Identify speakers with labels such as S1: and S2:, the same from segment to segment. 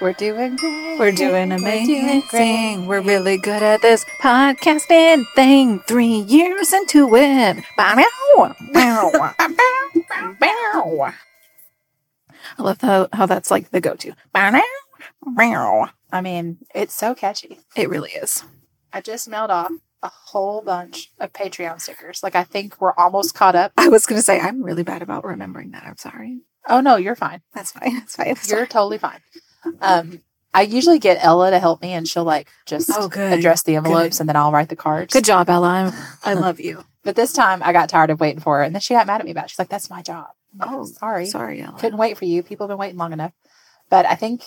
S1: We're doing great.
S2: We're doing amazing.
S1: We're doing great.
S2: We're really good at this podcasting thing. Three years into it. Bow, bow, bow.
S1: Bow.
S2: I love how, how that's like the go-to. Bow, bow.
S1: I mean, it's so catchy.
S2: It really is.
S1: I just mailed off a whole bunch of Patreon stickers. Like I think we're almost caught up.
S2: I was gonna say I'm really bad about remembering that. I'm sorry.
S1: Oh no, you're fine.
S2: That's fine. That's fine. That's
S1: You're totally fine. Um, I usually get Ella to help me, and she'll like just
S2: fine. Oh, good.
S1: address the envelopes, and then I'll write the cards.
S2: Good job, Ella. I'm, I love you.
S1: But this time, I got tired of waiting for her, and then she got mad at me about. it. She's like, "That's my job." I'm like,
S2: Oh,
S1: sorry,
S2: Sorry, Ella.
S1: couldn't wait for you. People have been waiting long enough. But I think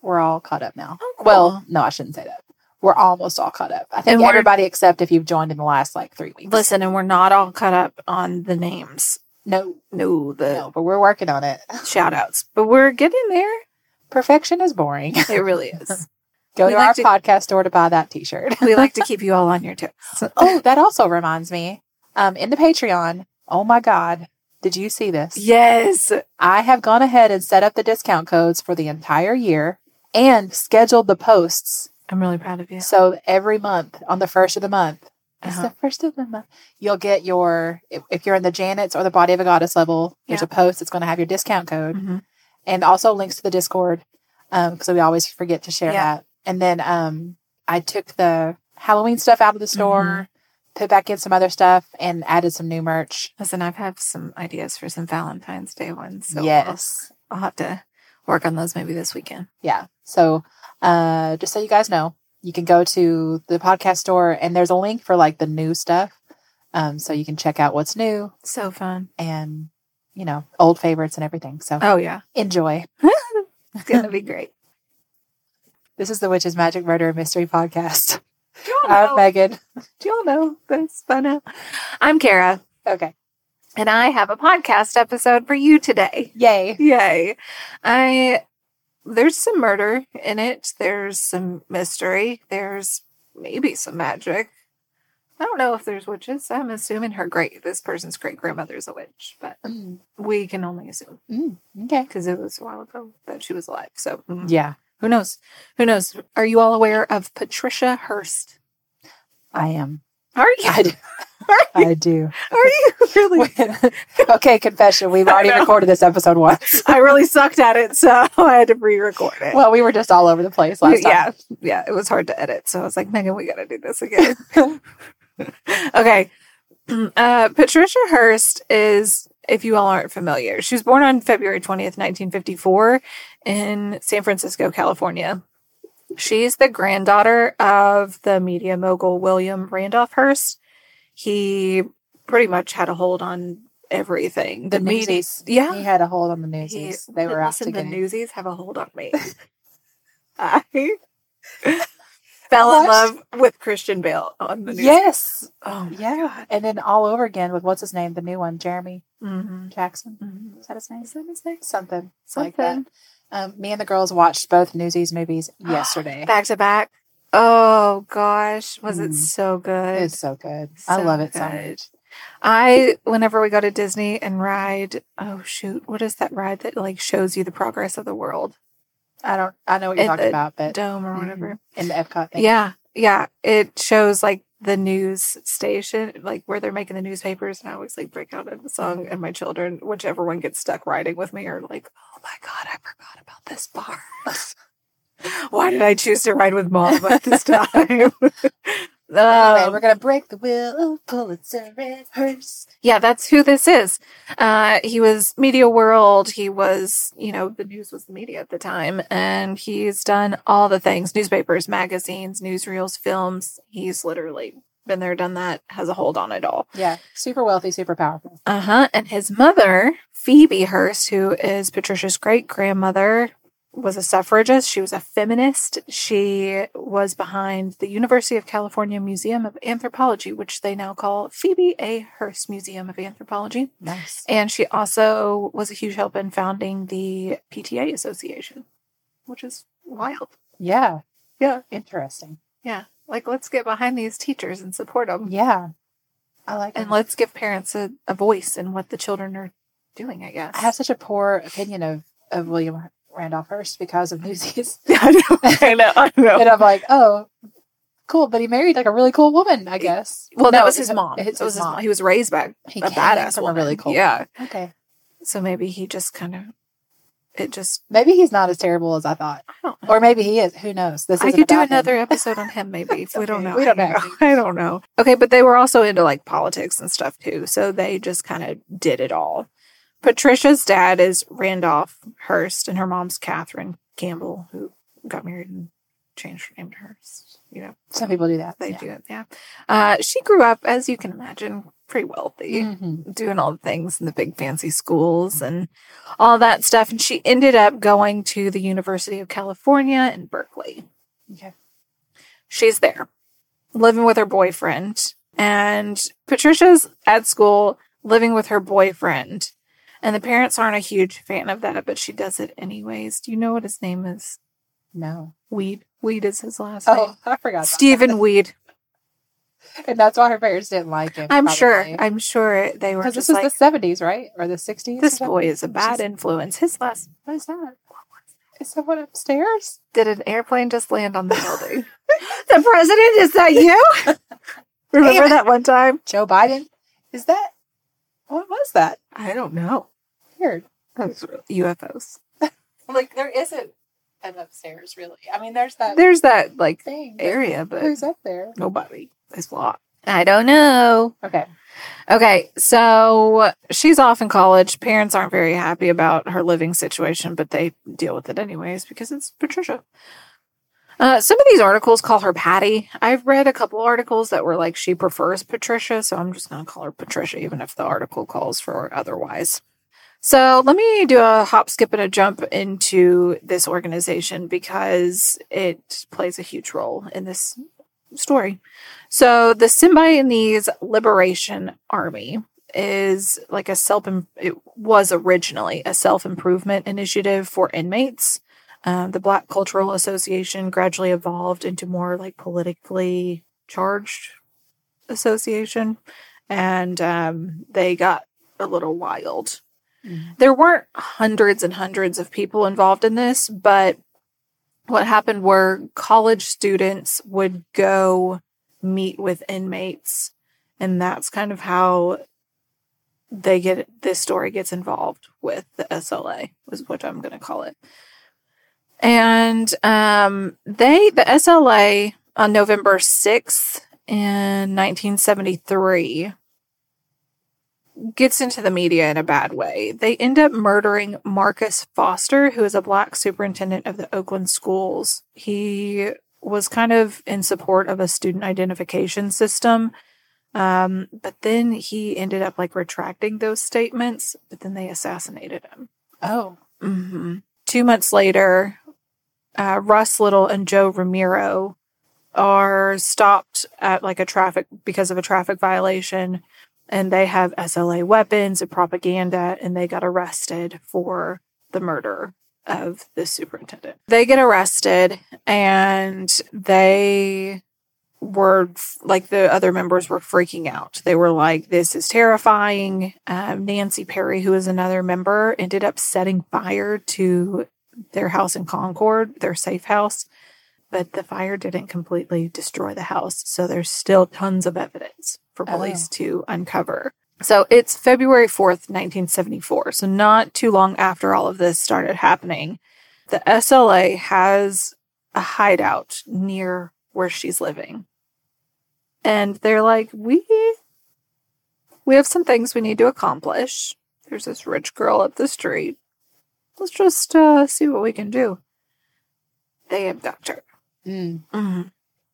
S1: we're all caught up now.
S2: Oh, cool.
S1: Well, no, I shouldn't say that. We're almost all caught up. I think
S2: And we're-
S1: everybody except if you've joined in the last like three weeks.
S2: Listen, and we're not all caught up on the names.
S1: no,
S2: No, the
S1: no, but we're working on it.
S2: shout outs, but we're getting there.
S1: Perfection is boring.
S2: It really is.
S1: Go
S2: We
S1: to
S2: like
S1: our
S2: to-
S1: podcast store to buy that T-shirt.
S2: we like to keep you all on your toes.
S1: Oh, that also reminds me. Um, in the Patreon, oh my God, did you see this?
S2: Yes.
S1: I have gone ahead and set up the discount codes for the entire year and scheduled the posts.
S2: I'm really proud of you.
S1: So every month, on the first of the month, it's
S2: Uh-huh.
S1: the first of the month, you'll get your, if, if you're in the Janet's or the Body of a Goddess level, there's
S2: Yeah.
S1: a post that's going to have your discount code
S2: Mhm.
S1: and also links to the Discord because we always forget to share
S2: Yeah.
S1: that. And then um, I took the Halloween stuff out of the store, put back in some other stuff, and added some new merch.
S2: Listen, I've had some ideas for some Valentine's Day ones. So
S1: yes,
S2: I'll, I'll have to work on those maybe this weekend.
S1: yeah. So uh, just so you guys know, you can go to the podcast store, and there's a link for like the new stuff, um, so you can check out what's new
S2: So fun.
S1: and you know old favorites and everything. So
S2: Oh, yeah.
S1: enjoy.
S2: It's going to be great.
S1: This is the Witch's Magic Murder and Mystery Podcast.
S2: Do y'all
S1: I'm Megan.
S2: do y'all know this by now? I'm Kara,
S1: Okay,
S2: and I have a podcast episode for you today.
S1: yay.
S2: Yay. I there's some murder in it. There's some mystery. There's maybe some magic. I don't know if there's witches. I'm assuming her great this person's great grandmother is a witch, but
S1: Mm,
S2: we can only assume
S1: mm, okay.
S2: because it was a while ago that she was alive. So mm,
S1: Yeah.
S2: who knows? Who knows? Are you all aware of Patricia Hearst?
S1: I am.
S2: Are you?
S1: I do.
S2: Are you,
S1: I do.
S2: are you really?
S1: okay, confession. We've already
S2: I know.
S1: recorded this episode once.
S2: I really sucked at it, so I had to re-record it.
S1: Well, we were just all over the place last time.
S2: yeah, yeah, it was hard to edit. So I was like, Megan, we got to do this again. okay. Uh, Patricia Hearst is, if you all aren't familiar, she was born on February 20th, 1954, in San Francisco, California. She's the granddaughter of the media mogul William Randolph Hearst. He pretty much had a hold on everything. The,
S1: The
S2: media.
S1: Newsies.
S2: Yeah.
S1: He had a hold on the
S2: He-
S1: newsies. they were out
S2: listen,
S1: to
S2: the
S1: get him.
S2: newsies have a hold on me. I fell in
S1: What?
S2: love with Christian Bale on the newsies.
S1: Yes.
S2: Oh my
S1: Yeah.
S2: god.
S1: And then all over again with what's his name? The new one, Jeremy
S2: Mhm.
S1: Jackson.
S2: Mhm.
S1: Is that his name? Is that his name? Something, like that.
S2: Something.
S1: Um, me and the girls watched both Newsies movies yesterday.
S2: Back to back. Oh gosh, was it
S1: Mm.
S2: so good?
S1: it's so good. I
S2: So
S1: love it so
S2: good.
S1: much.
S2: I whenever we go to Disney and ride, oh shoot, what is that ride that like shows you the progress of the world?
S1: I don't. I know what you're
S2: And
S1: talking
S2: the
S1: about, but
S2: Dome or whatever.
S1: in the Epcot thing.
S2: Yeah, yeah. It shows like the news station, like where they're making the newspapers, and I always like break out into song. And my children, whichever one gets stuck riding with me, are like, "Oh my god, I forgot about this bar. Why did I choose to ride with mom at this time?"
S1: Anyway,
S2: Um,
S1: we're gonna break the will of Pulitzer and Hearst.
S2: yeah, that's who this is. Uh, he was Media World. He was, you know, the news was the media at the time. And he's done all the things newspapers, magazines, newsreels, films. He's literally been there, done that, has a hold on it all.
S1: Yeah, super wealthy, super powerful.
S2: Uh huh. And his mother, Phoebe Hearst, who is Patricia's great grandmother, was a suffragist. She was a feminist. She was behind the University of California Museum of Anthropology, which they now call Phoebe A. Hearst Museum of Anthropology.
S1: Nice.
S2: And she also was a huge help in founding the PTA Association, which is wild.
S1: Yeah.
S2: Yeah.
S1: Interesting.
S2: Yeah. Like, let's get behind these teachers and support them.
S1: Yeah. I like
S2: And
S1: it.
S2: let's give parents a, a voice in what the children are doing, I guess.
S1: I have such a poor opinion of of William Randolph Hearst because of Newsies.
S2: I know. I know. I know.
S1: and I'm like, oh, cool. But he married like a really cool woman, I guess.
S2: Well,
S1: No,
S2: that was
S1: it's
S2: his
S1: a-
S2: mom.
S1: It's his,
S2: It was his
S1: mom.
S2: mom. He was raised by
S1: He
S2: a
S1: came in
S2: badass
S1: from
S2: woman.
S1: a really cool.
S2: Yeah.
S1: Okay.
S2: So maybe he just kind of it just.
S1: Maybe he's not as terrible as I thought,
S2: I don't. know.
S1: or maybe he is. Who knows? This
S2: I
S1: isn't
S2: could do
S1: about him.
S2: another episode on him. Maybe if we don't
S1: okay.
S2: know.
S1: We don't
S2: I
S1: know.
S2: I don't know. Okay, but they were also into like politics and stuff too. So they just kind of did it all. Patricia's dad is Randolph Hearst, and her mom's Catherine Campbell, who got married and changed her name to Hearst. You know.
S1: Some people do that.
S2: They do it, yeah. Uh, she grew up, as you can imagine, pretty wealthy,
S1: hmm
S2: doing all the things in the big fancy schools and all that stuff. And she ended up going to the University of California in Berkeley.
S1: Okay.
S2: She's there, living with her boyfriend. And Patricia's at school, living with her boyfriend. And the parents aren't a huge fan of that, but she does it anyways. Do you know what his name is?
S1: No.
S2: Weed. Weed is his last
S1: Oh, I forgot.
S2: name.
S1: about
S2: Stephen Weed.
S1: that. and that's why her parents didn't like him.
S2: I'm sure. I'm sure they were
S1: Because
S2: just
S1: this was
S2: like,
S1: the 70s, right, or the 60s. or
S2: this
S1: something?
S2: boy is a bad influence. His last
S1: What is that? Is someone upstairs?
S2: did an airplane just land on the building? the president is that you?
S1: Damn
S2: Remember
S1: it.
S2: that one time?
S1: Joe Biden? Is that? What was that?
S2: I don't know.
S1: Weird.
S2: That's UFOs.
S1: Like there isn't an upstairs really. I mean, there's that
S2: There's that like
S1: thing. but
S2: area, but
S1: Who's up there?
S2: nobody is locked. I don't know.
S1: Okay.
S2: Okay, so she's off in college. Parents aren't very happy about her living situation, but they deal with it anyways because it's Patricia. Uh, some of these articles call her Patty. I've read a couple articles that were like she prefers Patricia, so I'm just going to call her Patricia, even if the article calls for otherwise. So let me do a hop, skip, and a jump into this organization because it plays a huge role in this story. So the Symbionese Liberation Army is like a self it was originally a self-improvement initiative for inmates. Um, the Black Cultural Association gradually evolved into more like politically charged association and um, they got a little wild.
S1: Mhm.
S2: There weren't hundreds and hundreds of people involved in this, but what happened were college students would go meet with inmates and that's kind of how they get this story gets involved with the SLA is what I'm going to call it. And um they the SLA on November 6th in 1973 gets into the media in a bad way. They end up murdering Marcus Foster, who is a black superintendent of the Oakland schools. He was kind of in support of a student identification system. Um, but then he ended up like retracting those statements, but then they assassinated him.
S1: Oh.
S2: hmm Two months later, uh, Russ Little and Joe Ramiro are stopped at like a traffic because of a traffic violation, and they have SLA weapons and propaganda, and they got arrested for the murder of the superintendent. They get arrested, and they were f- like the other members were freaking out. They were like, "This is terrifying." Um, Nancy Perry, who is another member, ended up setting fire to their house in Concord, their safe house, but the fire didn't completely destroy the house, so there's still tons of evidence for
S1: Oh.
S2: police to uncover. So it's February 4th, 1974. So not too long after all of this started happening, the SLA has a hideout near where she's living. And they're like, we we have some things we need to accomplish. There's this rich girl up the street. Let's just uh, see what we can do. They abduct her.
S1: Mm.
S2: Mm-hmm.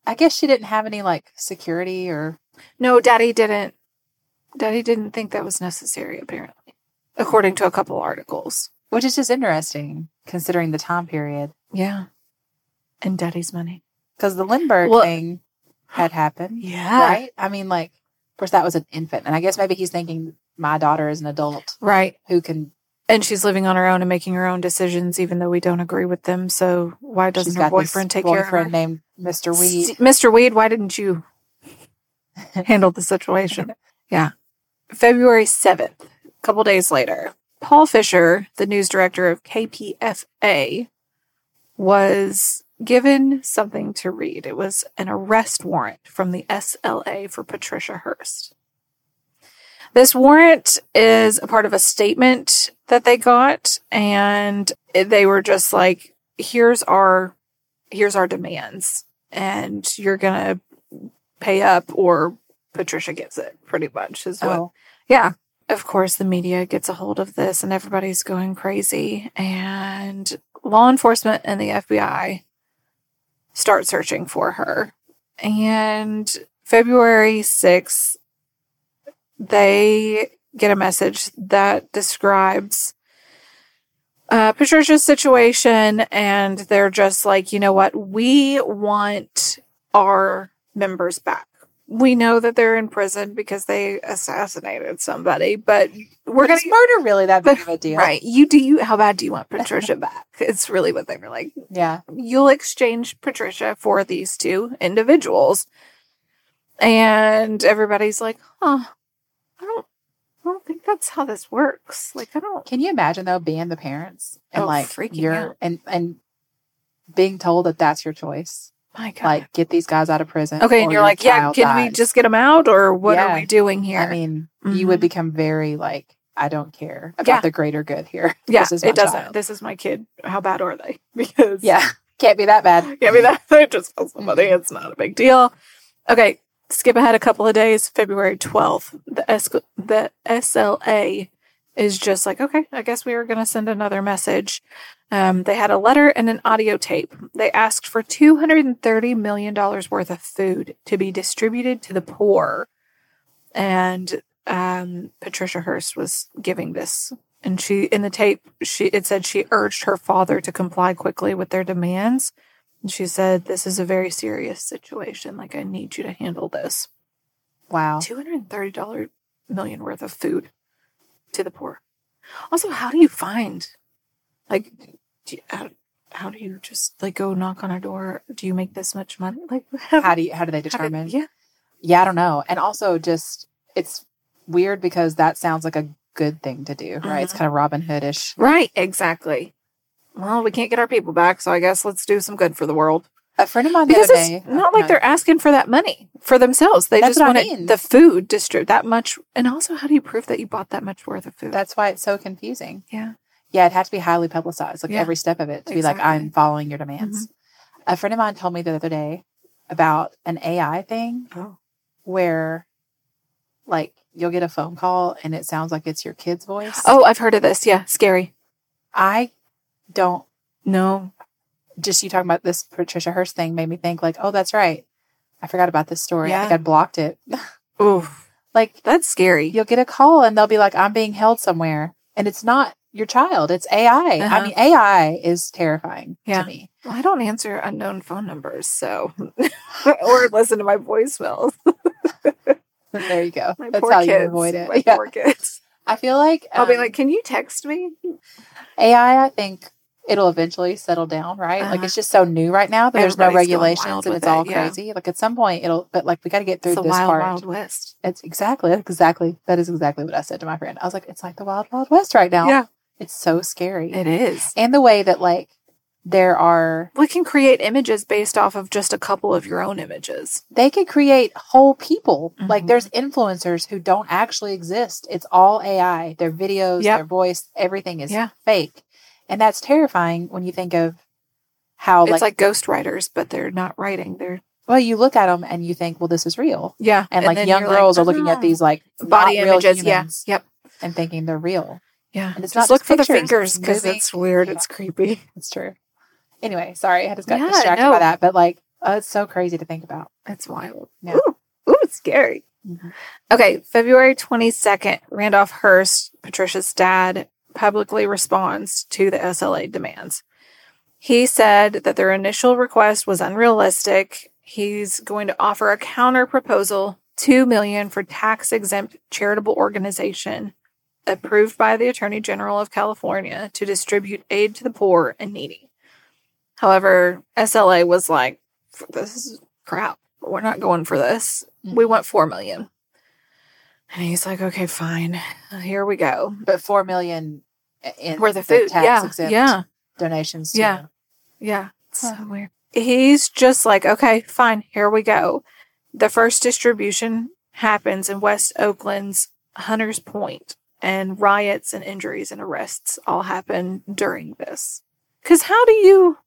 S1: I guess she didn't have any like security or
S2: No, Daddy didn't. Daddy didn't think that was necessary, apparently, according to a couple articles.
S1: which is just interesting considering the time period
S2: Yeah, and Daddy's money.
S1: because the Lindbergh
S2: Well-
S1: thing had happened,
S2: Yeah, right.
S1: right? I mean, like, of course, that was an infant, and I guess maybe he's thinking my daughter is an adult
S2: right.
S1: who can.
S2: And she's living on her own and making her own decisions, even though we don't agree with them. So why doesn't
S1: she's
S2: her
S1: got this
S2: boyfriend take
S1: boyfriend
S2: care of her?
S1: named Mr. Weed.
S2: St- Mr. Weed, why didn't you handle the situation? yeah. February 7th, a couple days later, Paul Fisher, the news director of KPFA, was given something to read. It was an arrest warrant from the SLA for Patricia Hearst. This warrant is a part of a statement that they got, and they were just like, "Here's our, here's our demands, and you're gonna pay up, or Patricia gets it." Pretty much is what.
S1: Oh,
S2: Yeah, of course, the media gets a hold of this, and everybody's going crazy, and law enforcement and the FBI start searching for her, and February sixth they get a message that describes uh, Patricia's situation, and they're just like, you know what? We want our members back. We know that they're in prison because they assassinated somebody, but we're
S1: But
S2: going
S1: is murder really that big of a
S2: to.
S1: deal?
S2: Right. You do you, how bad do you want Patricia back? It's really what they were like
S1: Yeah.
S2: you'll exchange Patricia for these two individuals. And everybody's like, huh, I don't I don't think that's how this works. Like I don't
S1: Can you imagine though being the parents and
S2: Oh,
S1: like
S2: freaking
S1: you're
S2: out.
S1: and and being told that that's your choice,
S2: my God.
S1: like get these guys out of prison.
S2: okay,
S1: or
S2: and you're
S1: your
S2: like, yeah,
S1: child
S2: can we
S1: dies."
S2: just get them out or what are
S1: Yeah.
S2: we doing here?
S1: I mean, you would
S2: Mhm.
S1: become very like, I don't care about
S2: Yeah.
S1: the greater good here.
S2: Mm-hmm. yeah,
S1: this is my
S2: it doesn't.
S1: child.
S2: This is my kid. How bad are they? Because
S1: Yeah, can't be that bad.
S2: Yeah, I mean, that, I just killed somebody. It's not a big deal. Okay, skip ahead a couple of days. February 12th, the, esco- the SLA is just like, okay, I guess we are going to send another message. Um, they had a letter and an audio tape. They asked for $230 million worth of food to be distributed to the poor. And um, Patricia Hearst was giving this. And she, in the tape, she it said she urged her father to comply quickly with their demands. And she said, This is a very serious situation. Like, I need you to handle this.
S1: Wow.
S2: $230 million worth of food to the poor. Also, how do you find, like, do you, how, how do you just, like, go knock on a door? Do you make this much money? Like,
S1: How do you, how do they
S2: how do-
S1: determine?
S2: yeah.
S1: Yeah, I don't know. And also just it's weird because that sounds like a good thing to do, right? It's
S2: Mhm.
S1: kind of Robin Hoodish.
S2: Right. Exactly. Well, we can't get our people back. So I guess let's do some good for the world.
S1: A friend of mine the
S2: because
S1: other
S2: it's
S1: day,
S2: not like
S1: no,
S2: they're asking for that money for themselves. They
S1: That's
S2: just
S1: what I
S2: want
S1: mean.
S2: it, the food distributed that much. And also, how do you prove that you bought that much worth of food?
S1: That's why it's so confusing.
S2: Yeah.
S1: Yeah, it had to be highly publicized, like
S2: Yeah.
S1: every step of it, to be like,
S2: Exactly. Mm-hmm.
S1: I'm following your demands. A friend of mine told me the other day about an AI thing
S2: Oh.
S1: where, like, you'll get a phone call and it sounds like it's your kid's voice.
S2: Oh, I've heard of this. Yeah, scary.
S1: I don't.
S2: No.
S1: Just you talking about this Patricia Hearst thing made me think, like, oh, that's right. I forgot about this story. I
S2: Yeah.
S1: think I blocked it.
S2: Oof.
S1: like,
S2: That's scary.
S1: you'll get a call and they'll be like, I'm being held somewhere. And it's not your child, it's AI. I
S2: Uh-huh.
S1: mean, AI is terrifying
S2: Yeah.
S1: to me.
S2: Well, I don't answer unknown phone numbers, so or listen to my voicemails.
S1: there you go.
S2: My
S1: That's
S2: poor
S1: how
S2: kids.
S1: you avoid it.
S2: My
S1: Yeah.
S2: poor kids.
S1: I feel like
S2: I'll be
S1: um,
S2: like, "Can you text me?"
S1: AI, I think it'll eventually settle down, right? Like
S2: Uh-huh.
S1: it's just so new right now that there's no
S2: Everybody's going
S1: regulations
S2: wild
S1: and
S2: with
S1: it's all
S2: it, yeah.
S1: crazy. Like at some point it'll, but like we got to get through
S2: it's the
S1: this
S2: wild,
S1: part.
S2: wild west.
S1: It's exactly, exactly. That is exactly what I said to my friend. I was like, it's like the wild, wild west right now.
S2: Yeah,
S1: It's so scary.
S2: it is.
S1: and the way that like there are
S2: We can create images based off of just a couple of your own images.
S1: they could create whole people. Like
S2: Mhm.
S1: there's influencers who don't actually exist. It's all AI. Their videos,
S2: Yep.
S1: their voice, everything is
S2: Yeah.
S1: fake. And that's terrifying when you think of how Oh, like,
S2: it's like ghost writers, but they're not writing. They're
S1: well you look at them and you think well this is real.
S2: yeah,
S1: And,
S2: then
S1: like young
S2: you're
S1: girls are looking at
S2: "Mhm."
S1: these like
S2: body
S1: not real
S2: images. Yeah,
S1: humans
S2: yep,
S1: and thinking they're real.
S2: yeah.
S1: And it's
S2: just
S1: not
S2: look
S1: just
S2: for the
S1: pictures,
S2: fingers
S1: it's
S2: because
S1: moving.
S2: it's weird.
S1: Yeah.
S2: It's creepy.
S1: It's true. Anyway, sorry, I just got
S2: Yeah,
S1: distracted
S2: no.
S1: by that. But like oh, it's so crazy to think about.
S2: It's wild.
S1: Yeah.
S2: Ooh, ooh, it's scary.
S1: Mhm.
S2: Okay, February 22nd, Randolph Hearst, Patricia's dad, publicly responds to the SLA demands. He said that their initial request was unrealistic. He's going to offer a counter proposal, 2 million for tax exempt charitable organization approved by the Attorney General of California to distribute aid to the poor and needy. However, SLA was like, this is crap. We're not going for this. We want four million. And he's like, okay, fine. Here we go.
S1: But four million
S3: in
S2: Worth of food. Yeah.
S3: tax-exempt
S2: Yeah.
S3: donations. to-
S2: Yeah. Yeah. So weird. He's just like, okay, fine, here we go. The first distribution happens in West Oakland's Hunters Point, and riots and injuries and arrests all happen during this. Because how do you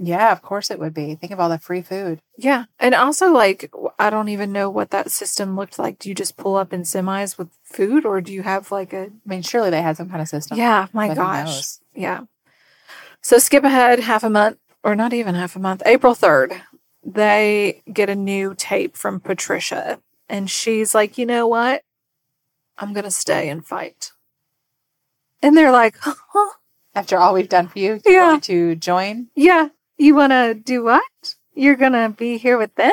S3: yeah, of course it would be. Think of all the free food.
S2: Yeah. And also, like, w- I don't even know what that system looked like. Do you just pull up in semis with food or do you have like a.
S3: I mean, surely they had some kind of
S1: Oh,
S3: system.
S2: Yeah, my
S3: But who
S2: gosh.
S3: knows?
S2: Yeah. So skip ahead half a month or not even half a month, April 3rd. They get a new tape from Patricia and she's like, you know what? I'm going to stay and fight. And they're like, huh?
S3: After all we've done for you, you
S2: Yeah.
S3: wanted to join
S2: yeah, you want to do what? You're going to be here with them?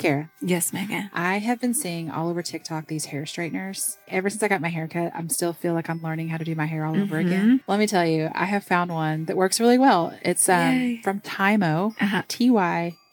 S3: Kira.
S2: Yes, Megan.
S1: I have been seeing all over TikTok these hair straighteners. Ever since I got my haircut, I'm still feel like I'm learning how to do my hair all over
S3: Mm-hmm.
S1: again. Let me tell you, I have found one that works really well. It's
S2: Yay.
S1: um, from Tymo,
S2: Uh-huh.
S1: T Y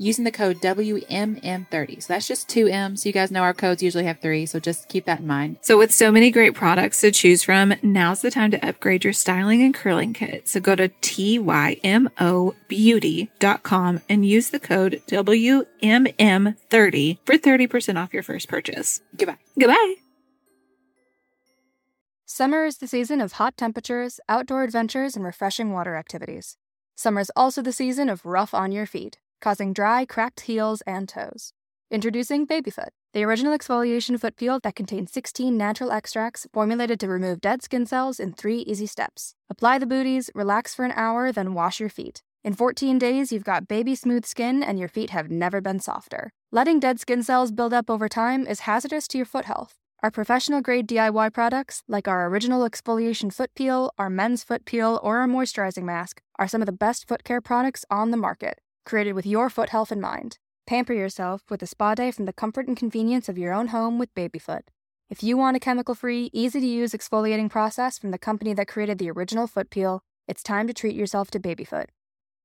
S1: using the code WMM30. So that's just two M. So you guys know our codes usually have three. So just keep that in mind.
S4: So, with so many great products to choose from, now's the time to upgrade your styling and curling kit. So, go to TYMOBeauty.com and use the code WMM30 for 30% off your first purchase.
S1: Goodbye.
S4: Goodbye.
S5: Summer is the season of hot temperatures, outdoor adventures, and refreshing water activities. Summer is also the season of rough on your feet, causing dry, cracked heels and toes. Introducing Babyfoot, the original exfoliation foot peel that contains 16 natural extracts formulated to remove dead skin cells in three easy steps. Apply the booties, relax for an hour, then wash your feet. In 14 days, you've got baby smooth skin and your feet have never been softer. Letting dead skin cells build up over time is hazardous to your foot health. Our professional grade DIY products, like our original exfoliation foot peel, our men's foot peel, or our moisturizing mask, are some of the best foot care products on the market, created with your foot health in mind. Pamper yourself with a spa day from the comfort and convenience of your own home with Babyfoot. If you want a chemical free, easy to use exfoliating process from the company that created the original foot peel, it's time to treat yourself to Babyfoot.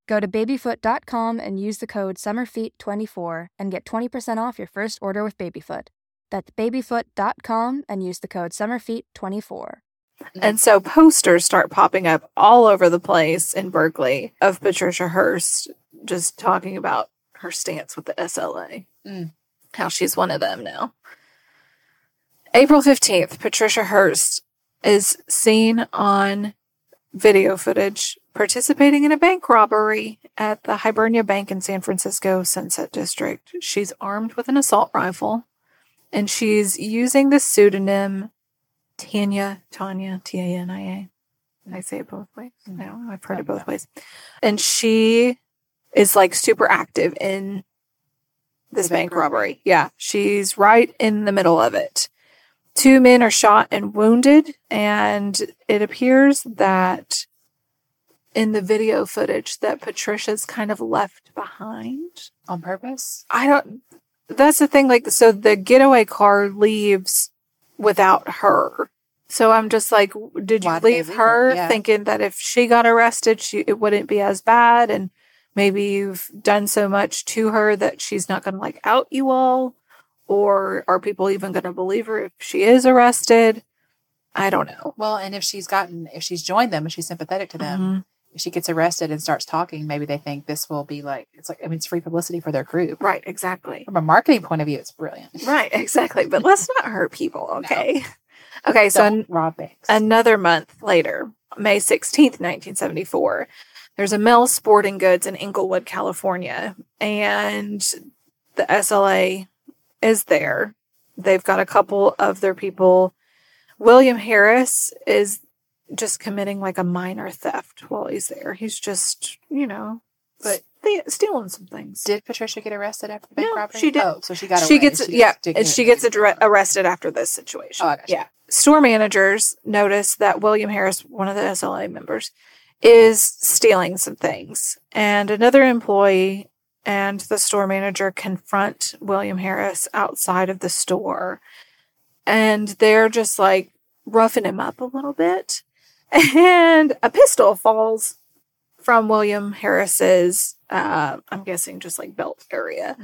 S5: Go to babyfoot.com and use the code SUMMERFEET24 and get 20% off your first order with Babyfoot. That's babyfoot.com and use the code SUMMERFEET24.
S2: And so posters start popping up all over the place in Berkeley of Patricia Hearst just talking about her stance with the SLA,
S3: Mm.
S2: how she's one of them now. April 15th, Patricia Hearst is seen on video footage participating in a bank robbery at the Hibernia Bank in San Francisco Sunset District. She's armed with an assault rifle and she's using the pseudonym Tanya, Tanya, T A N I A. Did I say it both ways? No, I've heard it both ways. And she is like super active in this
S3: The bank
S2: bank robbery. Yeah, she's right in the middle of it. Two men are shot and wounded, and it appears that in the video footage that Patricia's kind of left behind.
S1: on purpose.
S2: I don't. That's the thing. Like, so the getaway car leaves without her. So I'm just like, did you
S1: Why did they
S2: leave
S1: leave
S2: her
S1: her? Yeah.
S2: thinking that if she got arrested, she it wouldn't be as bad, and maybe you've done so much to her that she's not going to like out you all, or are people even going to believe her if she is arrested? I don't know.
S1: Well, and if she's gotten, if she's joined them and she's sympathetic to them,
S2: Mhm.
S1: if she gets arrested and starts talking, maybe they think this will be like, it's like, I mean, it's free publicity for their group.
S2: Right. Exactly.
S1: From a marketing point of view, it's brilliant.
S2: Right. Exactly. But let's not hurt people. Okay. Okay. So
S1: Don't rob banks.
S2: Another month later, May 16th, 1974, there's a Mel's Sporting Goods in Inglewood, California, and the SLA is there. They've got a couple of their people. William Harris is just committing like a minor theft while he's there. He's just, you know,
S1: But-
S2: th- stealing some things.
S1: did Patricia get arrested after the bank
S2: No,
S1: robbery?
S2: she didn't.
S1: Oh, so she got
S2: she
S1: away.
S2: gets, yeah, and she gets adre- arrested after this situation.
S1: Oh, I gotcha.
S2: Yeah. store managers notice that William Harris, one of the SLA members, is stealing some things. And another employee and the store manager confront William Harris outside of the store. And they're just like roughing him up a little bit. And a pistol falls from William Harris's, uh, I'm guessing just like belt area.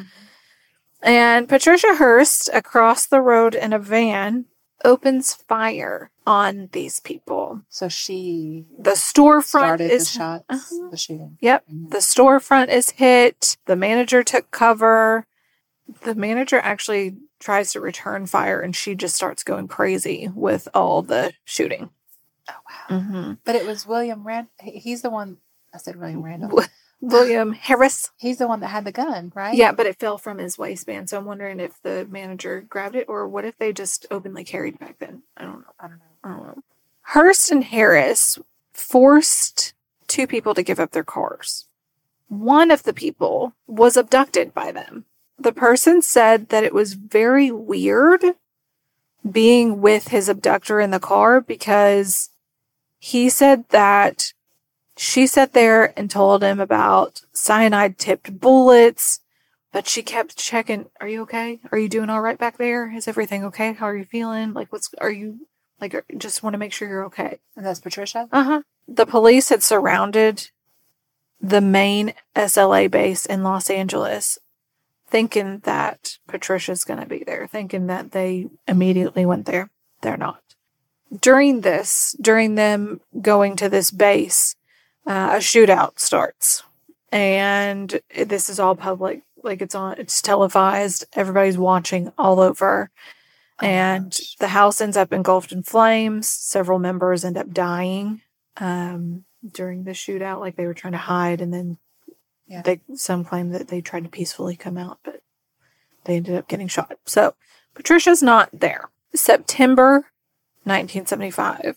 S2: And Patricia Hurst across the road in a van opens fire on these people.
S1: So she
S2: The storefront
S1: started the
S2: is
S1: shots,
S2: Uh-huh.
S1: the shooting.
S2: Yep.
S1: Mhm.
S2: The storefront is hit. The manager took cover. The manager actually tries to return fire and she just starts going crazy with all the shooting.
S1: Oh, wow.
S2: Mm-hmm.
S1: But it was William Rand. he- He's the one. I said William Randall.
S2: Wi- William Harris.
S1: He's the one that had the gun, right?
S2: Yeah, but it fell from his waistband. So I'm wondering if the manager grabbed it or what if they just openly carried back then? I don't know.
S1: I don't know.
S2: I don't know. Hearst and Harris forced two people to give up their cars. One of the people was abducted by them. The person said that it was very weird being with his abductor in the car because he said that she sat there and told him about cyanide tipped bullets, but she kept checking, Are you okay? Are you doing all right back there? Is everything okay? How are you feeling? Like, what's, are you like, I just want to make sure you're okay.
S1: And that's Patricia.
S2: Uh huh. The police had surrounded the main SLA base in Los Angeles, thinking that Patricia's going to be there, thinking that they immediately went there. They're not. During this, during them going to this base, uh, a shootout starts. And this is all public. Like it's on, it's televised. Everybody's watching all over
S1: Oh my
S2: and
S1: gosh.
S2: the house ends up engulfed in flames. Several members end up dying um, during the shootout, like they were trying to hide, and then
S1: Yeah.
S2: they some claim that they tried to peacefully come out, but they ended up getting shot. So Patricia's not there. September 1975.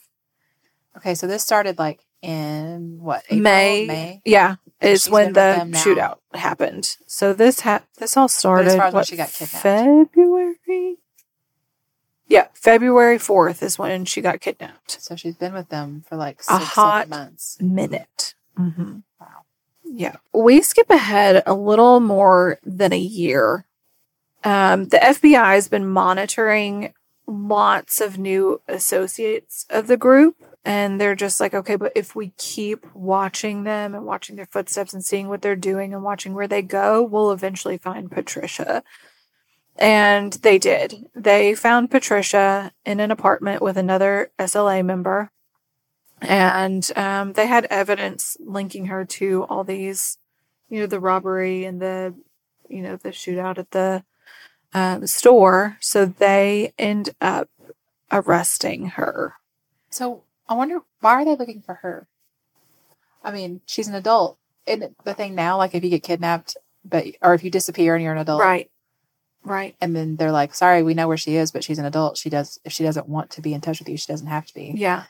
S1: Okay, so this started like in what April,
S2: May,
S1: May.
S2: yeah, is
S1: she's
S2: when
S1: been with
S2: the
S1: them now.
S2: shootout happened. So this ha- this all started.
S1: as far as when
S2: what,
S1: she got kidnapped.
S2: February. Yeah, February fourth is when she got kidnapped.
S1: So she's been with them for like
S2: A
S1: six,
S2: hot-
S1: seven months.
S2: minute. Mm-hmm.
S1: Wow.
S2: Yeah. We skip ahead a little more than a year. Um, the FBI has been monitoring lots of new associates of the group. And they're just like, okay, but if we keep watching them and watching their footsteps and seeing what they're doing and watching where they go, we'll eventually find Patricia. And they did. They found Patricia in an apartment with another SLA member and um, they had evidence linking her to all these, you know, the robbery and the, you know, the shootout at the um, store. So they end up arresting her.
S1: So I wonder why are they looking for her? I mean, she's an adult. And the thing now, like if you get kidnapped, but or if you disappear and you're an adult,
S2: Right, right,
S1: And then they're like, "Sorry, we know where she is, but she's an adult. She does. If she doesn't want to be in touch with you, she doesn't have to be
S2: yeah.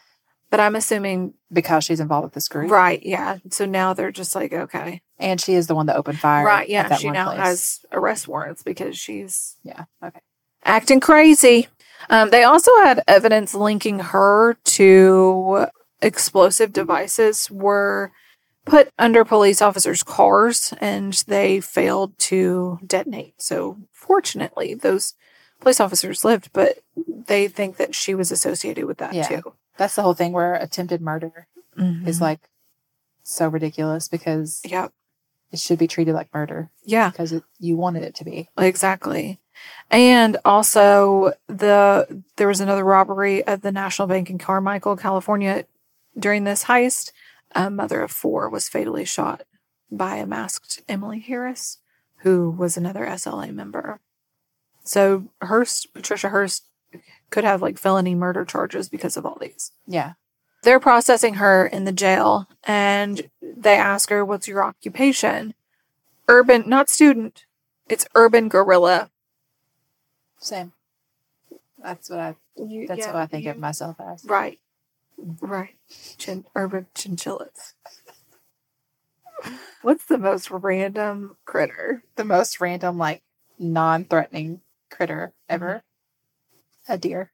S2: But I'm assuming
S1: because she's involved with this group,
S2: right, yeah. So now they're just like, okay,
S1: And she is the one that opened fire,
S2: right,
S1: at
S2: yeah.
S1: that
S2: She
S1: one
S2: now
S1: place.
S2: has arrest warrants because she's
S1: yeah, okay,
S2: acting crazy. Um, they also had evidence linking her to explosive devices were put under police officers' cars and they failed to detonate. So, fortunately, those police officers lived, but they think that she was associated with that
S1: Yeah. Mm-hmm.
S2: too.
S1: That's the whole thing where attempted murder is
S2: Mm-hmm.
S1: like so ridiculous because
S2: yeah,
S1: it should be treated like murder
S2: yeah.
S1: because it, you wanted it to be.
S2: Exactly. And also the there was another robbery at the National Bank in Carmichael, California during this heist. A mother of four was fatally shot by a masked Emily Harris, who was another SLA member. So Hearst, Patricia Hearst could have like felony murder charges because of all these
S1: Yeah.
S2: they're processing her in the jail and they ask her what's your occupation urban not student it's urban gorilla
S1: Same. That's what I.
S2: You-
S1: That's
S2: yeah,
S1: what I think Mm-hmm. of
S2: you-
S1: myself as.
S2: right right Chin, urban chinchillas what's the most random critter
S1: The most random, like non-threatening critter ever. A deer.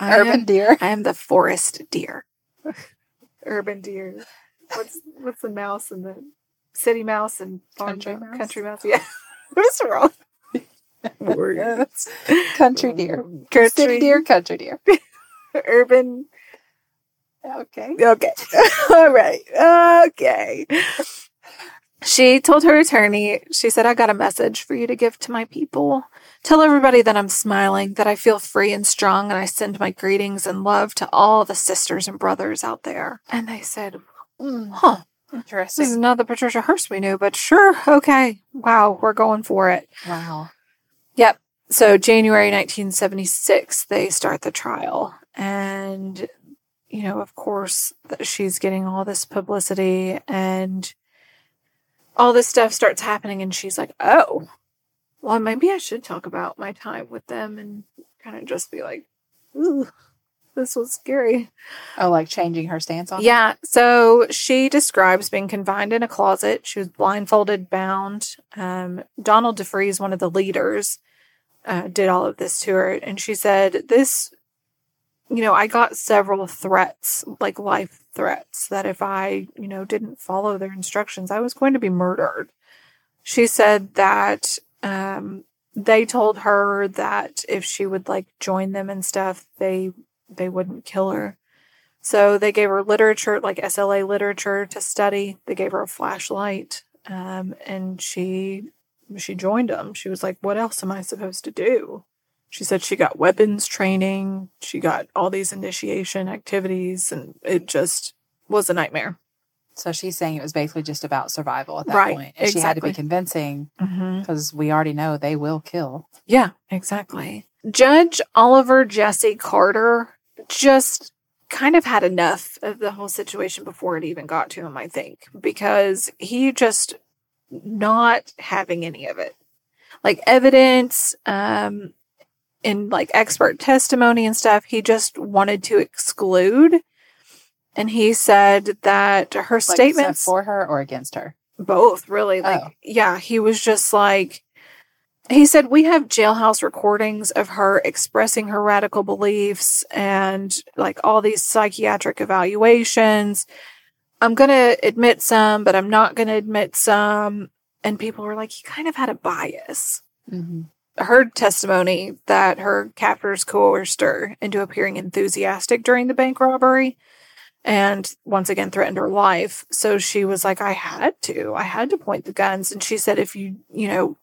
S2: I
S1: Urban
S2: am,
S1: deer.
S2: i am the forest deer urban deer what's what's the mouse and the city mouse and farm
S1: Country
S2: mouse?
S1: mouse?
S2: country mouse yeah what's wrong
S1: country deer.
S2: country
S1: City deer. Country deer.
S2: urban.
S1: Okay.
S2: Okay. All right. Okay. She told her attorney, she said, I got a message for you to give to my people. Tell everybody that I'm smiling, that I feel free and strong, and I send my greetings and love to all the sisters and brothers out there. And they said,
S1: Mm,
S2: Huh, this is
S1: interesting.
S2: not the Patricia Hearst we knew, but sure. Okay. Wow. We're going for it.
S1: Wow.
S2: so January 1976, they start the trial. And, you know, of course, th- she's getting all this publicity and all this stuff starts happening. And she's like, oh, well, maybe I should talk about my time with them and kind of just be like, ooh, this was scary.
S1: Oh, like changing her stance on. it?
S2: Yeah. So she describes being confined in a closet. She was blindfolded, bound. Um, Donald DeFries, one of the leaders, uh, did all of this to her. And she said, This, you know, I got several threats, like life threats, that if I, you know, didn't follow their instructions, I was going to be murdered. She said that um, they told her that if she would like join them and stuff, they they wouldn't kill her. So they gave her literature, like SLA literature, to study. They gave her a flashlight, um, and she she joined them. She was like, "What else am I supposed to do?" She said she got weapons training. She got all these initiation activities, and it just was a nightmare.
S1: So she's saying it was basically just about survival at that
S2: Right,
S1: point. And she had to
S2: exactly.
S1: be convincing
S2: Mm-hmm.
S1: because we already know they will kill.
S2: Yeah, exactly. Judge Oliver Jesse Carter just kind of had enough of the whole situation before it even got to him, I think, because he just not having any of it. Like evidence, um, and like expert testimony and stuff, he just wanted to exclude. And he said that her
S1: Like, is that
S2: statements
S1: for her or against her.
S2: both really like
S1: Oh.
S2: yeah he was just like he said we have jailhouse recordings of her expressing her radical beliefs and like all these psychiatric evaluations i'm gonna admit some but i'm not gonna admit some and people were like he kind of had a bias
S1: Mm-hmm.
S2: her testimony that her captors coerced her into appearing enthusiastic during the bank robbery and once again threatened her life so she was like i had to i had to point the guns and she said if you you know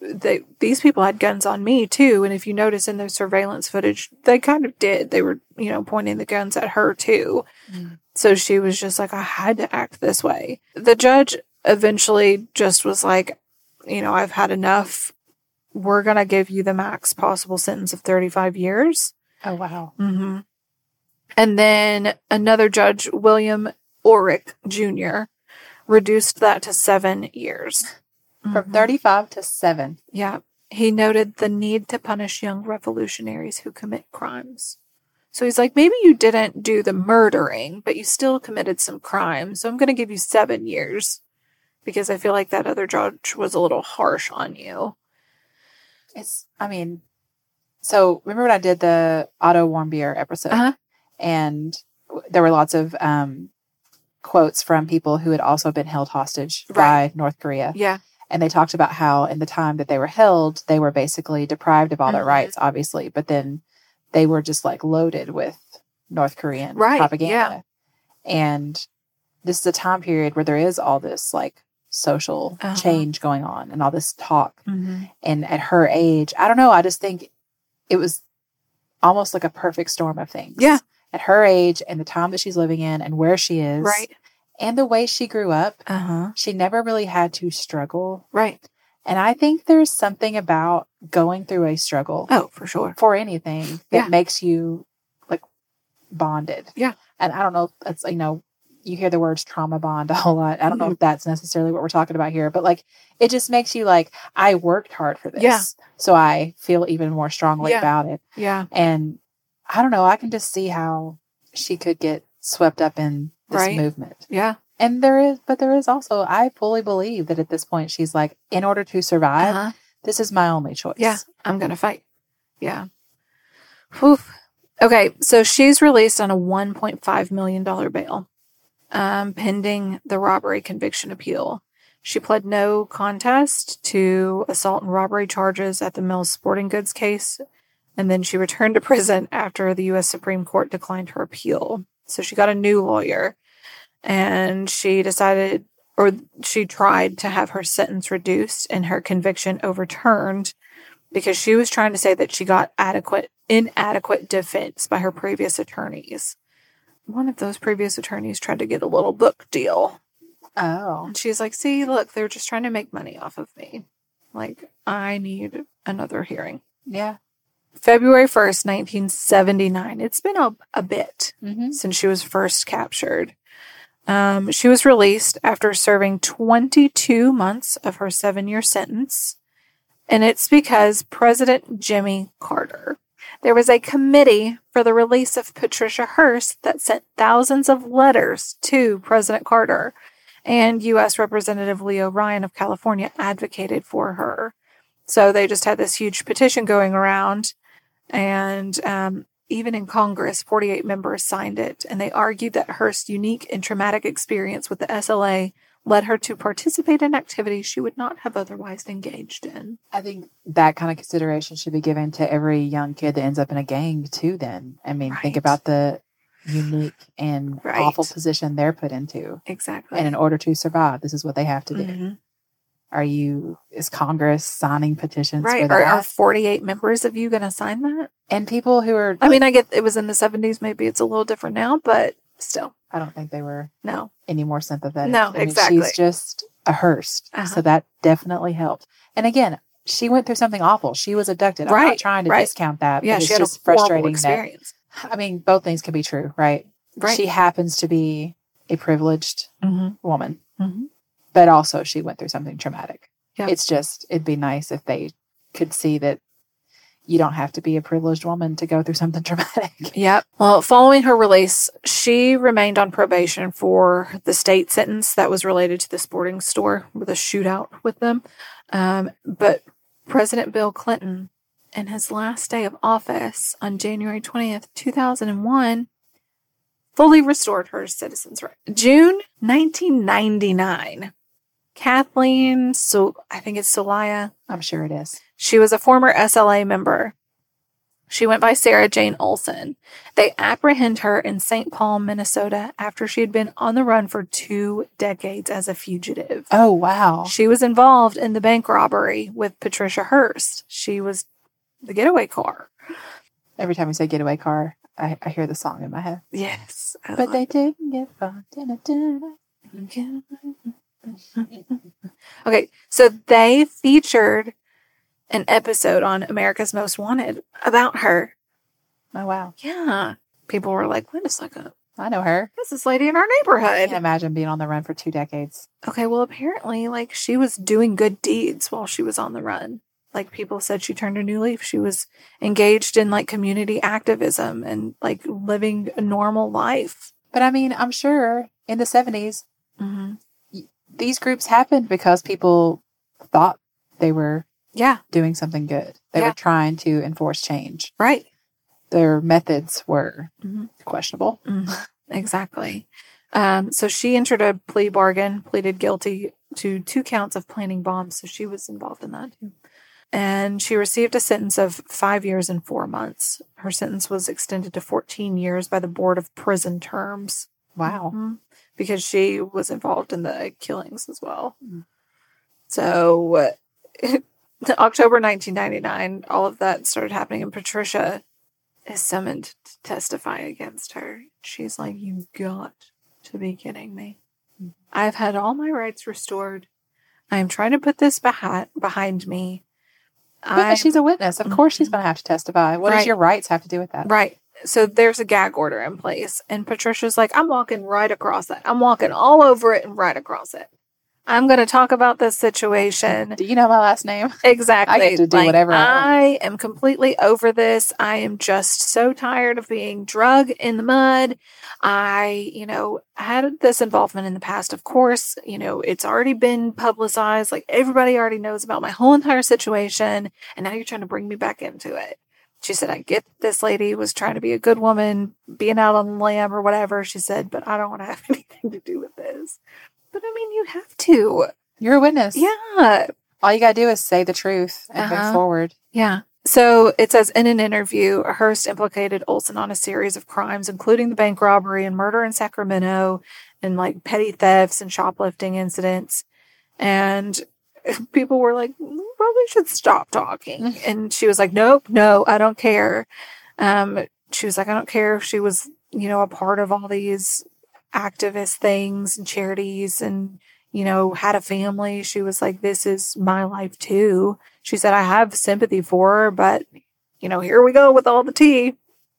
S2: they, these people had guns on me too and if you notice in the surveillance footage they kind of did they were you know pointing the guns at her too
S1: Mm.
S2: so she was just like i had to act this way the judge eventually just was like you know i've had enough we're going to give you the max possible sentence of 35 years.
S1: Oh, wow.
S2: Mm-hmm. And then another judge, William Orrick Jr., reduced that to seven years.
S1: From
S2: Mm-hmm.
S1: 35 to 7.
S2: Yeah. He noted the need to punish young revolutionaries who commit crimes. So he's like, maybe you didn't do the murdering, but you still committed some crime. So I'm going to give you seven years because I feel like that other judge was a little harsh on you.
S1: It's, I mean, so remember when I did the Otto Warmbier episode?
S2: Uh-huh.
S1: And w- there were lots of um, quotes from people who had also been held hostage by North Korea.
S2: Yeah.
S1: And they talked about how in the time that they were held, they were basically deprived of all their
S2: Mhm.
S1: rights, obviously, but then they were just like loaded with North Korean
S2: Right,
S1: propaganda. And this is a time period where there is all this like social
S2: Uh-huh.
S1: change going on and all this talk
S2: Mm-hmm.
S1: and at her age i don't know i just think it was almost like a perfect storm of things
S2: Yeah.
S1: at her age and the time that she's living in and where she is
S2: Right.
S1: and the way she grew up
S2: Uh huh.
S1: she never really had to struggle
S2: Right.
S1: and i think there's something about going through a struggle
S2: Oh, for sure.
S1: for anything that
S2: Yeah.
S1: makes you like bonded
S2: Yeah.
S1: and i don't know if that's you know you hear the words trauma bond a whole lot i don't know
S2: Mm-hmm.
S1: if that's necessarily what we're talking about here but like it just makes you like i worked hard for this
S2: Yeah.
S1: so i feel even more strongly
S2: Yeah.
S1: about it
S2: Yeah.
S1: and i don't know i can just see how she could get swept up in this
S2: Right.
S1: movement
S2: Yeah.
S1: and there is but there is also i fully believe that at this point she's like in order to survive
S2: Uh-huh.
S1: this is my only choice
S2: Yeah. I'm gonna fight. Yeah. Whew. Okay, so she's released on a 1.5 million dollar bail, um, pending the robbery conviction appeal. She pled no contest to assault and robbery charges at the Mills Sporting Goods case, and then she returned to prison after the U.S. Supreme Court declined her appeal. So she got a new lawyer, and she decided, or she tried to have her sentence reduced and her conviction overturned because she was trying to say that she got adequate inadequate defense by her previous attorneys. One of those previous attorneys tried to get a little book deal.
S1: oh
S2: And she's like, "See, look, they're just trying to make money off of me. Like, I need another hearing."
S1: yeah
S2: February 1st, 1979. It's been a, a bit
S1: mm-hmm.
S2: since she was first captured. Um, she was released after serving 22 months of her seven year sentence. And it's because President Jimmy Carter. There was a committee for the release of Patricia Hearst that sent thousands of letters to President Carter. And U.S. Representative Leo Ryan of California advocated for her. So they just had this huge petition going around. And um, even in Congress, 48 members signed it, and they argued that Hearst's unique and traumatic experience with the SLA led her to participate in activities she would not have otherwise engaged in.
S1: I think that kind of consideration should be given to every young kid that ends up in a gang too then. I mean,
S2: Right.
S1: think about the unique and
S2: Right.
S1: awful position they're put into.
S2: Exactly.
S1: And in order to survive, this is what they have to do.
S2: Mhm.
S1: Are you is Congress signing petitions for
S2: Right. Are,
S1: that?
S2: are 48 members of you going to sign that?
S1: and people who are
S2: I mean, I get it was in the 70s. Maybe it's a little different now, but still,
S1: I don't think they were
S2: no.
S1: any more sympathetic.
S2: No,
S1: I mean,
S2: exactly.
S1: She's just a Hearst.
S2: Uh-huh.
S1: So that definitely helped. And again, she went through something awful. She was abducted. I'm not
S2: Right,
S1: trying to
S2: right.
S1: discount that.
S2: Yeah,
S1: but it's
S2: she had a
S1: just
S2: horrible
S1: frustrating that
S2: experience.
S1: I mean, both things can be true, right?
S2: right.
S1: She happens to be a privileged
S2: Mhm.
S1: woman,
S2: Mhm.
S1: but also she went through something traumatic.
S2: Yeah.
S1: It's just, it'd be nice if they could see that you don't have to be a privileged woman to go through something traumatic.
S2: Yep. Well, following her release, she remained on probation for the state sentence that was related to the sporting store with a shootout with them. Um, but President Bill Clinton, in his last day of office on January 20th, 2001, fully restored her citizens' right. June 1999, Kathleen, so I think it's Solaya,
S1: I'm sure it is.
S2: she was a former SLA member. She went by Sarah Jane Olson. They apprehend her in St. Paul, Minnesota, after she had been on the run for two decades as a fugitive.
S1: Oh, wow.
S2: She was involved in the bank robbery with Patricia Hearst. She was the getaway car.
S1: Every time you say getaway car, I, I hear the song in my head.
S2: Yes. I
S1: But
S2: love
S1: they didn't get far. Dun-dun-dun.
S2: Okay, so they featured an episode on America's Most Wanted about her.
S1: Oh, wow.
S2: Yeah. People were like, wait a second,
S1: I know her.
S2: there's this lady in our
S1: I
S2: neighborhood.
S1: can't imagine being on the run for two decades.
S2: Okay, well, apparently, like she was doing good deeds while she was on the run. Like people said, she turned a new leaf. She was engaged in like community activism and like living a normal life.
S1: But I mean, I'm sure in the 70s,
S2: Mm-hmm.
S1: these groups happened because people thought they were
S2: Yeah,
S1: doing something good. They
S2: Yeah.
S1: were trying to enforce change.
S2: right.
S1: Their methods were
S2: Mhm.
S1: questionable.
S2: Exactly. Um, so she entered a plea bargain, pleaded guilty to two counts of planting bombs. So she was involved in that too. And she received a sentence of five years and four months. Her sentence was extended to 14 years by the Board of Prison Terms
S1: Wow.
S2: because she was involved in the killings as well.
S1: Mm.
S2: So, uh, October 1999, all of that started happening, and Patricia is summoned to testify against her. She's like, You got to be kidding me.
S1: Mm-hmm.
S2: I've had all my rights restored. I'm trying to put this behind, behind me.
S1: But
S2: I'm-
S1: she's a witness. Of course, she's going to have to testify. What
S2: Mm-hmm. Right.
S1: does your rights have to do with that?
S2: Right. So there's a gag order in place. And Patricia's like, I'm walking right across it. I'm walking all over it and right across it. I'm going to talk about this situation.
S1: Do you know my last name?
S2: Exactly.
S1: I get to do whatever I want.
S2: I am completely over this. I am just so tired of being drug in the mud. I, you know, had this involvement in the past, of course. You know, it's already been publicized. Like everybody already knows about my whole entire situation. And now you're trying to bring me back into it. She said, I get that this lady was trying to be a good woman, being out on the lamb or whatever. She said, but I don't want to have anything to do with this. But I mean, you have to.
S1: You're a witness.
S2: Yeah.
S1: All you got to do is say the truth and
S2: Uh-huh.
S1: move forward.
S2: Yeah. So it says in an interview, Hearst implicated Olson on a series of crimes, including the bank robbery and murder in Sacramento and like petty thefts and shoplifting incidents. And people were like, "We probably should stop talking. And she was like, nope, no, I don't care. Um, she was like, I don't care if she was, you know, a part of all these activist things and charities and, you know, had a family. She was like, this is my life too. She said, I have sympathy for her, but you know, here we go with all the tea.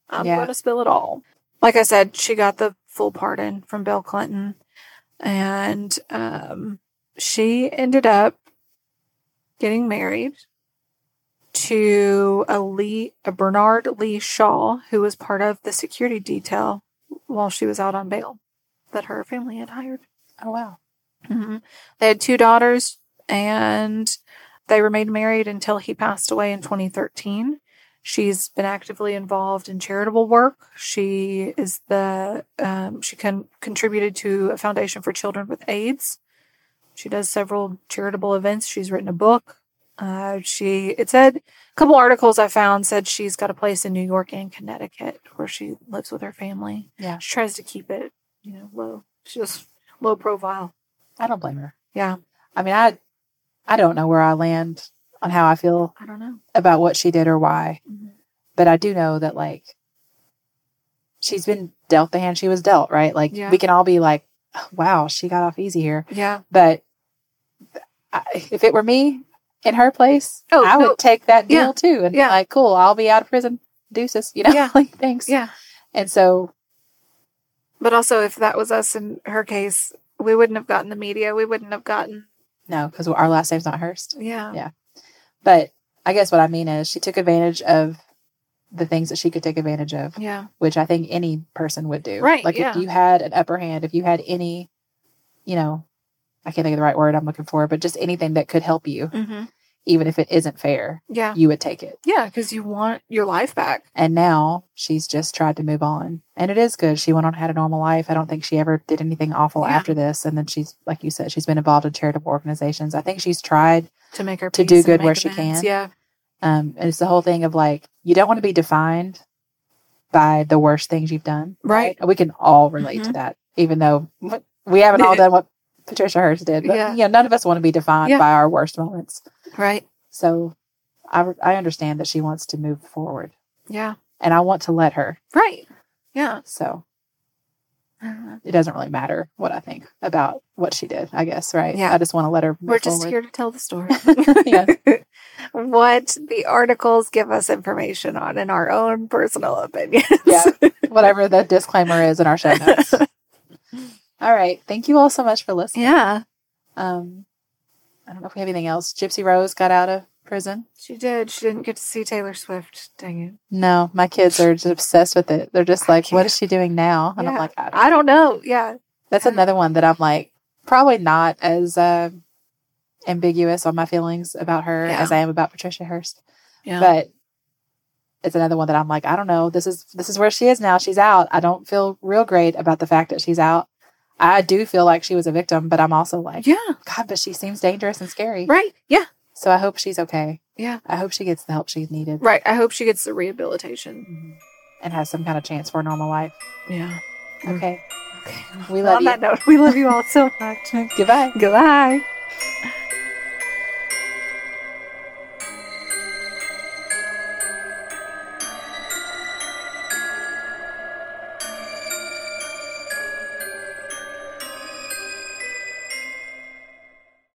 S2: I'm
S1: Yeah.
S2: going to spill it all. Like I said, she got the full pardon from Bill Clinton. And um, she ended up getting married to a Lee, a Bernard Lee Shaw, who was part of the security detail while she was out on bail that her family had hired.
S1: Oh, wow.
S2: Mhm. They had two daughters and they remained married until he passed away in 2013. She's been actively involved in charitable work. She is the, um, she con- contributed to a foundation for children with AIDS. She does several charitable events. She's written a book. Uh, she, it said, a couple articles I found said she's got a place in New York and Connecticut where she lives with her family.
S1: Yeah.
S2: She tries to keep it, you know, low. She just low profile.
S1: I don't blame her.
S2: Yeah.
S1: I mean, I, I don't know where I land on how I feel
S2: I don't know.
S1: about what she did or why.
S2: Mhm.
S1: But I do know that, like, she's been dealt the hand she was dealt, right? Like,
S2: Yeah.
S1: we can all be like, wow, she got off easy here.
S2: Yeah.
S1: But I, if it were me in her place,
S2: Oh,
S1: I would
S2: no.
S1: take that deal
S2: Yeah.
S1: too. And
S2: Yeah.
S1: like, cool, I'll be out of prison. Deuces, you know,
S2: Yeah.
S1: like thanks.
S2: Yeah.
S1: And so,
S2: But also, if that was us in her case, we wouldn't have gotten the media. We wouldn't have gotten.
S1: no, because our last name's not Hurst.
S2: Yeah.
S1: Yeah. But I guess what I mean is she took advantage of the things that she could take advantage of,
S2: Yeah.
S1: which I think any person would do.
S2: Right,
S1: Like
S2: yeah.
S1: if you had an upper hand, if you had any, you know, I can't think of the right word I'm looking for, but just anything that could help you,
S2: Mm-hmm.
S1: even if it isn't fair,
S2: Yeah.
S1: you would take it.
S2: Yeah. Because you want your life back.
S1: And now she's just tried to move on. And it is good. She went on and had a normal life. I don't think she ever did anything awful
S2: Yeah.
S1: after this. And then she's, like you said, she's been involved in charitable organizations. I think she's tried.
S2: To make her
S1: To
S2: peace
S1: do
S2: and
S1: good
S2: make
S1: where she
S2: amends.
S1: can.
S2: Yeah.
S1: Um, and it's the whole thing of like, you don't want to be defined by the worst things you've done.
S2: Right. Mm-hmm.
S1: We can all relate to that, even though we haven't all done what Patricia Hearst did. But,
S2: Yeah.
S1: you know, none of us want to be defined
S2: Yeah.
S1: by our worst moments.
S2: Right.
S1: So I, I understand that she wants to move forward.
S2: Yeah.
S1: And I want to let her.
S2: Right. Yeah.
S1: So.
S2: I don't know.
S1: it doesn't really matter what I think about what she did, I guess, right?
S2: Yeah.
S1: I just want to let her move
S2: We're just
S1: forward.
S2: here to tell the story.
S1: Yeah.
S2: What the articles give us information on in our own personal opinions.
S1: Yeah. Whatever the disclaimer is in our show notes. all right. Thank you all so much for listening.
S2: Yeah.
S1: Um I don't know if we have anything else. Gypsy Rose got out of prison.
S2: She did. She didn't get to see Taylor Swift. Dang it.
S1: No, my kids are just obsessed with it. They're just like, what
S2: can't-
S1: is she doing now? And I'm
S2: Yeah.
S1: like, I don't
S2: I don't know. Yeah.
S1: That's another one that I'm like probably not as uh, ambiguous on my feelings about her
S2: Yeah.
S1: as I am about Patricia Hearst.
S2: Yeah.
S1: But it's another one that I'm like, I don't know. This is this is where she is now. She's out. I don't feel real great about the fact that she's out. I do feel like she was a victim, but I'm also like,
S2: Yeah.
S1: God, but she seems dangerous and scary.
S2: Right. Yeah.
S1: So I hope she's okay.
S2: Yeah.
S1: I hope she gets the help she's needed
S2: Right. I hope she gets the rehabilitation.
S1: and has some kind of chance for a normal life.
S2: Yeah.
S1: Okay.
S2: Mm-hmm. Okay.
S1: We love
S2: On
S1: you.
S2: that note, we love you all so much.
S1: Goodbye.
S2: Goodbye.